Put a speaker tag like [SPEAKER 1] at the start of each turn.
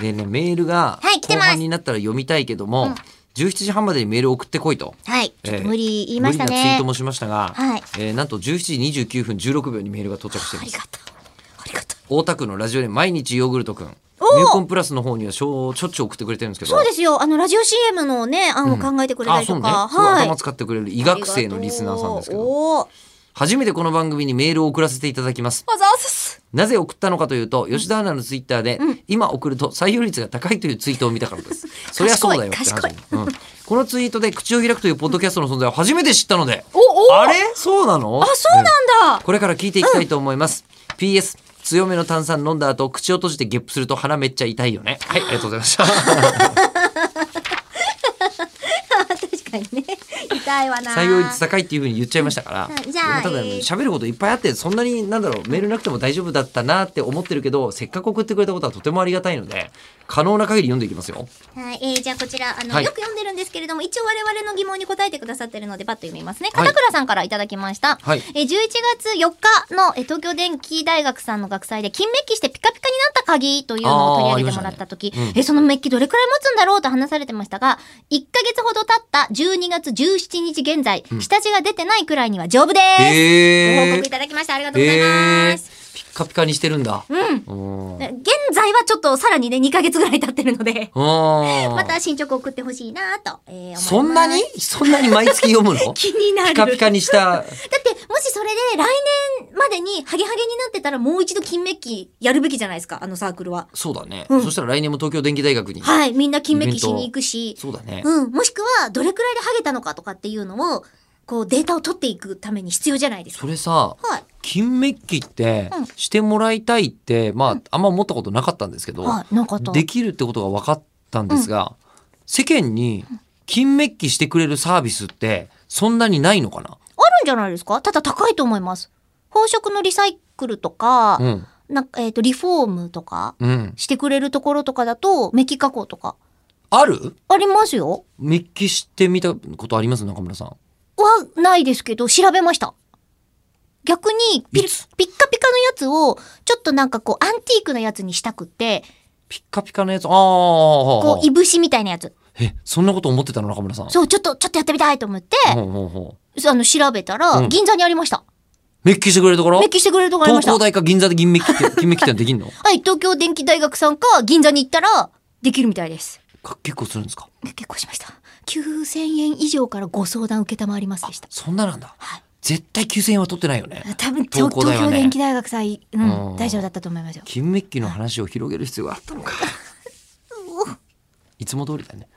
[SPEAKER 1] でね、メールが
[SPEAKER 2] はい来て
[SPEAKER 1] 後
[SPEAKER 2] ます
[SPEAKER 1] 半になったら読みたいけども、17時半までにメール送ってこいと。
[SPEAKER 2] はい。ちょっと無理言いました
[SPEAKER 1] 無理なツイー
[SPEAKER 2] ね。
[SPEAKER 1] トもしましたが、
[SPEAKER 2] はい
[SPEAKER 1] えーなんと17時29分16秒にメールが到着してい
[SPEAKER 2] あ
[SPEAKER 1] ま
[SPEAKER 2] り
[SPEAKER 1] す。
[SPEAKER 2] がとう。ありがとう。
[SPEAKER 1] 大田区のラジオで毎日ヨーグルトくん。ミ
[SPEAKER 2] おー
[SPEAKER 1] ューコンプラスの方にはしょしょっちゅう送ってくれてるんですけど。
[SPEAKER 2] そうですよ。あの、ラジオ CM のね、案を考えてくれた
[SPEAKER 1] あ、
[SPEAKER 2] り
[SPEAKER 1] そう
[SPEAKER 2] と
[SPEAKER 1] ね。
[SPEAKER 2] か。
[SPEAKER 1] そう
[SPEAKER 2] はい。
[SPEAKER 1] 頭使ってくれる医学生のリスナーさんですけど。
[SPEAKER 2] おー
[SPEAKER 1] 初めてこの番組にメールを送らせていただきます。
[SPEAKER 2] あざーす。
[SPEAKER 1] なぜ送ったのかというと、吉田アナのツイッターで、今送ると採用率が高いというツイートを見たから です。そりゃそうだよって話
[SPEAKER 2] 賢い
[SPEAKER 1] うんこのツイートで口を開くというポッドキャストの存在を初めて知ったので、
[SPEAKER 2] おお
[SPEAKER 1] あれそうなの
[SPEAKER 2] あ、そうなん
[SPEAKER 1] ね
[SPEAKER 2] だ。
[SPEAKER 1] これから聞いていきたいと思います。PS、強めの炭酸飲んだ後、口を閉じてゲップすると鼻めっちゃ痛いよね。はい、ありがとうございました。
[SPEAKER 2] 確かにね。痛いわな。
[SPEAKER 1] 採用率高いっていうふうに言っちゃいましたから、
[SPEAKER 2] うんじゃあ
[SPEAKER 1] でもただ
[SPEAKER 2] え
[SPEAKER 1] ね
[SPEAKER 2] ー
[SPEAKER 1] 喋ることいっぱいあってそんなになんだろうメールなくても大丈夫だったなって思ってるけどせっかく送ってくれたことはとてもありがたいので可能な限り読んでいきますよ
[SPEAKER 2] はい、えーじゃあこちら、あの、
[SPEAKER 1] はい
[SPEAKER 2] よく読んでるんですけれども、一応我々の疑問に答えてくださってるので、パッと読みますね。
[SPEAKER 1] はい
[SPEAKER 2] 片倉さんからいただきました。
[SPEAKER 1] はい
[SPEAKER 2] えー11月4日の、えー東京電機大学さんの学祭で、金メッキしてピカピカになった鍵というのを取り上げてもらった時
[SPEAKER 1] あーありましたねうん
[SPEAKER 2] えーそのメッキどれくらい持つんだろうと話されてましたが、1ヶ月ほど経った12月17日現在、下地が出てないくらいには丈夫です。ご報
[SPEAKER 1] え
[SPEAKER 2] 告いただきました。ありがとうござい
[SPEAKER 1] え
[SPEAKER 2] ます。
[SPEAKER 1] ピッカピカにしてるんだ
[SPEAKER 2] うん。
[SPEAKER 1] うんうん
[SPEAKER 2] え現在はちょっとさらにね、2ヶ月ぐらい経ってるので。また進捗を送ってほしいなと、えー思います。
[SPEAKER 1] そんなにそんなに毎月読む の
[SPEAKER 2] 気になる。
[SPEAKER 1] ピカピカに した
[SPEAKER 2] だって、もしそれで来年までにハゲハゲになってたらもう一度金メッキやるべきじゃないですか、あのサークルは。
[SPEAKER 1] そうだね、
[SPEAKER 2] うん
[SPEAKER 1] そしたら来年も東京電機大学に、
[SPEAKER 2] はい、みんな金メッキしに行くし、
[SPEAKER 1] そうだね、
[SPEAKER 2] うん、もしくはどれくらいでハゲたのかとかっていうのを、こうデータを取っていくために必要じゃないですか。
[SPEAKER 1] それさ
[SPEAKER 2] はい。
[SPEAKER 1] 金メッキって
[SPEAKER 2] うん
[SPEAKER 1] してもらいたいって、まああんま思ったことなかったんですけど、
[SPEAKER 2] はい、なんかあった。
[SPEAKER 1] できるってことが分かったんですが、世間に金メッキしてくれるサービスってそんなにないのかな、
[SPEAKER 2] あるんじゃないですかただ高いと思います。宝飾のリサイクルとか、
[SPEAKER 1] うん
[SPEAKER 2] なんか、えっ、と、リフォームとか、
[SPEAKER 1] うん、
[SPEAKER 2] してくれるところとかだと、メッキ加工とか、
[SPEAKER 1] ある
[SPEAKER 2] ありますよ。
[SPEAKER 1] メッキしてみたことあります中村さん。
[SPEAKER 2] はないですけど、調べました。逆にピ
[SPEAKER 1] い
[SPEAKER 2] ル、
[SPEAKER 1] つ
[SPEAKER 2] ピッカピカのやつを、ちょっとなんかこう、アンティークのやつにしたくって、
[SPEAKER 1] ピッカピカのやつああ
[SPEAKER 2] こう、いぶしみたいなやつ。
[SPEAKER 1] えそんなこと思ってたの中村さん。
[SPEAKER 2] そう、ちょっと、ちょっとやってみたいと思って、
[SPEAKER 1] ほうほうほう
[SPEAKER 2] あの、調べたら、
[SPEAKER 1] うん
[SPEAKER 2] 銀座にありました。
[SPEAKER 1] メッキしてくれるところ
[SPEAKER 2] メッキしてくれるとこありま
[SPEAKER 1] 東
[SPEAKER 2] した。
[SPEAKER 1] 工
[SPEAKER 2] は
[SPEAKER 1] 大か銀座で銀メッキって 金メッキってのできんの
[SPEAKER 2] い、東京電機大学さんか、銀座に行ったら、できるみたいです。
[SPEAKER 1] か結構するんですか
[SPEAKER 2] 結構しました。9000円以上からご相談受けたまわりますでした。
[SPEAKER 1] そんななんだ。
[SPEAKER 2] はい
[SPEAKER 1] 絶対9000円は取ってないよね。
[SPEAKER 2] 多分、
[SPEAKER 1] 東
[SPEAKER 2] 東
[SPEAKER 1] 工大はね
[SPEAKER 2] 京電機大学さん、うん
[SPEAKER 1] うん、
[SPEAKER 2] 大丈夫だったと思いますよ。
[SPEAKER 1] 金メッキの話を広げる必要があったのか。いつも通りだね。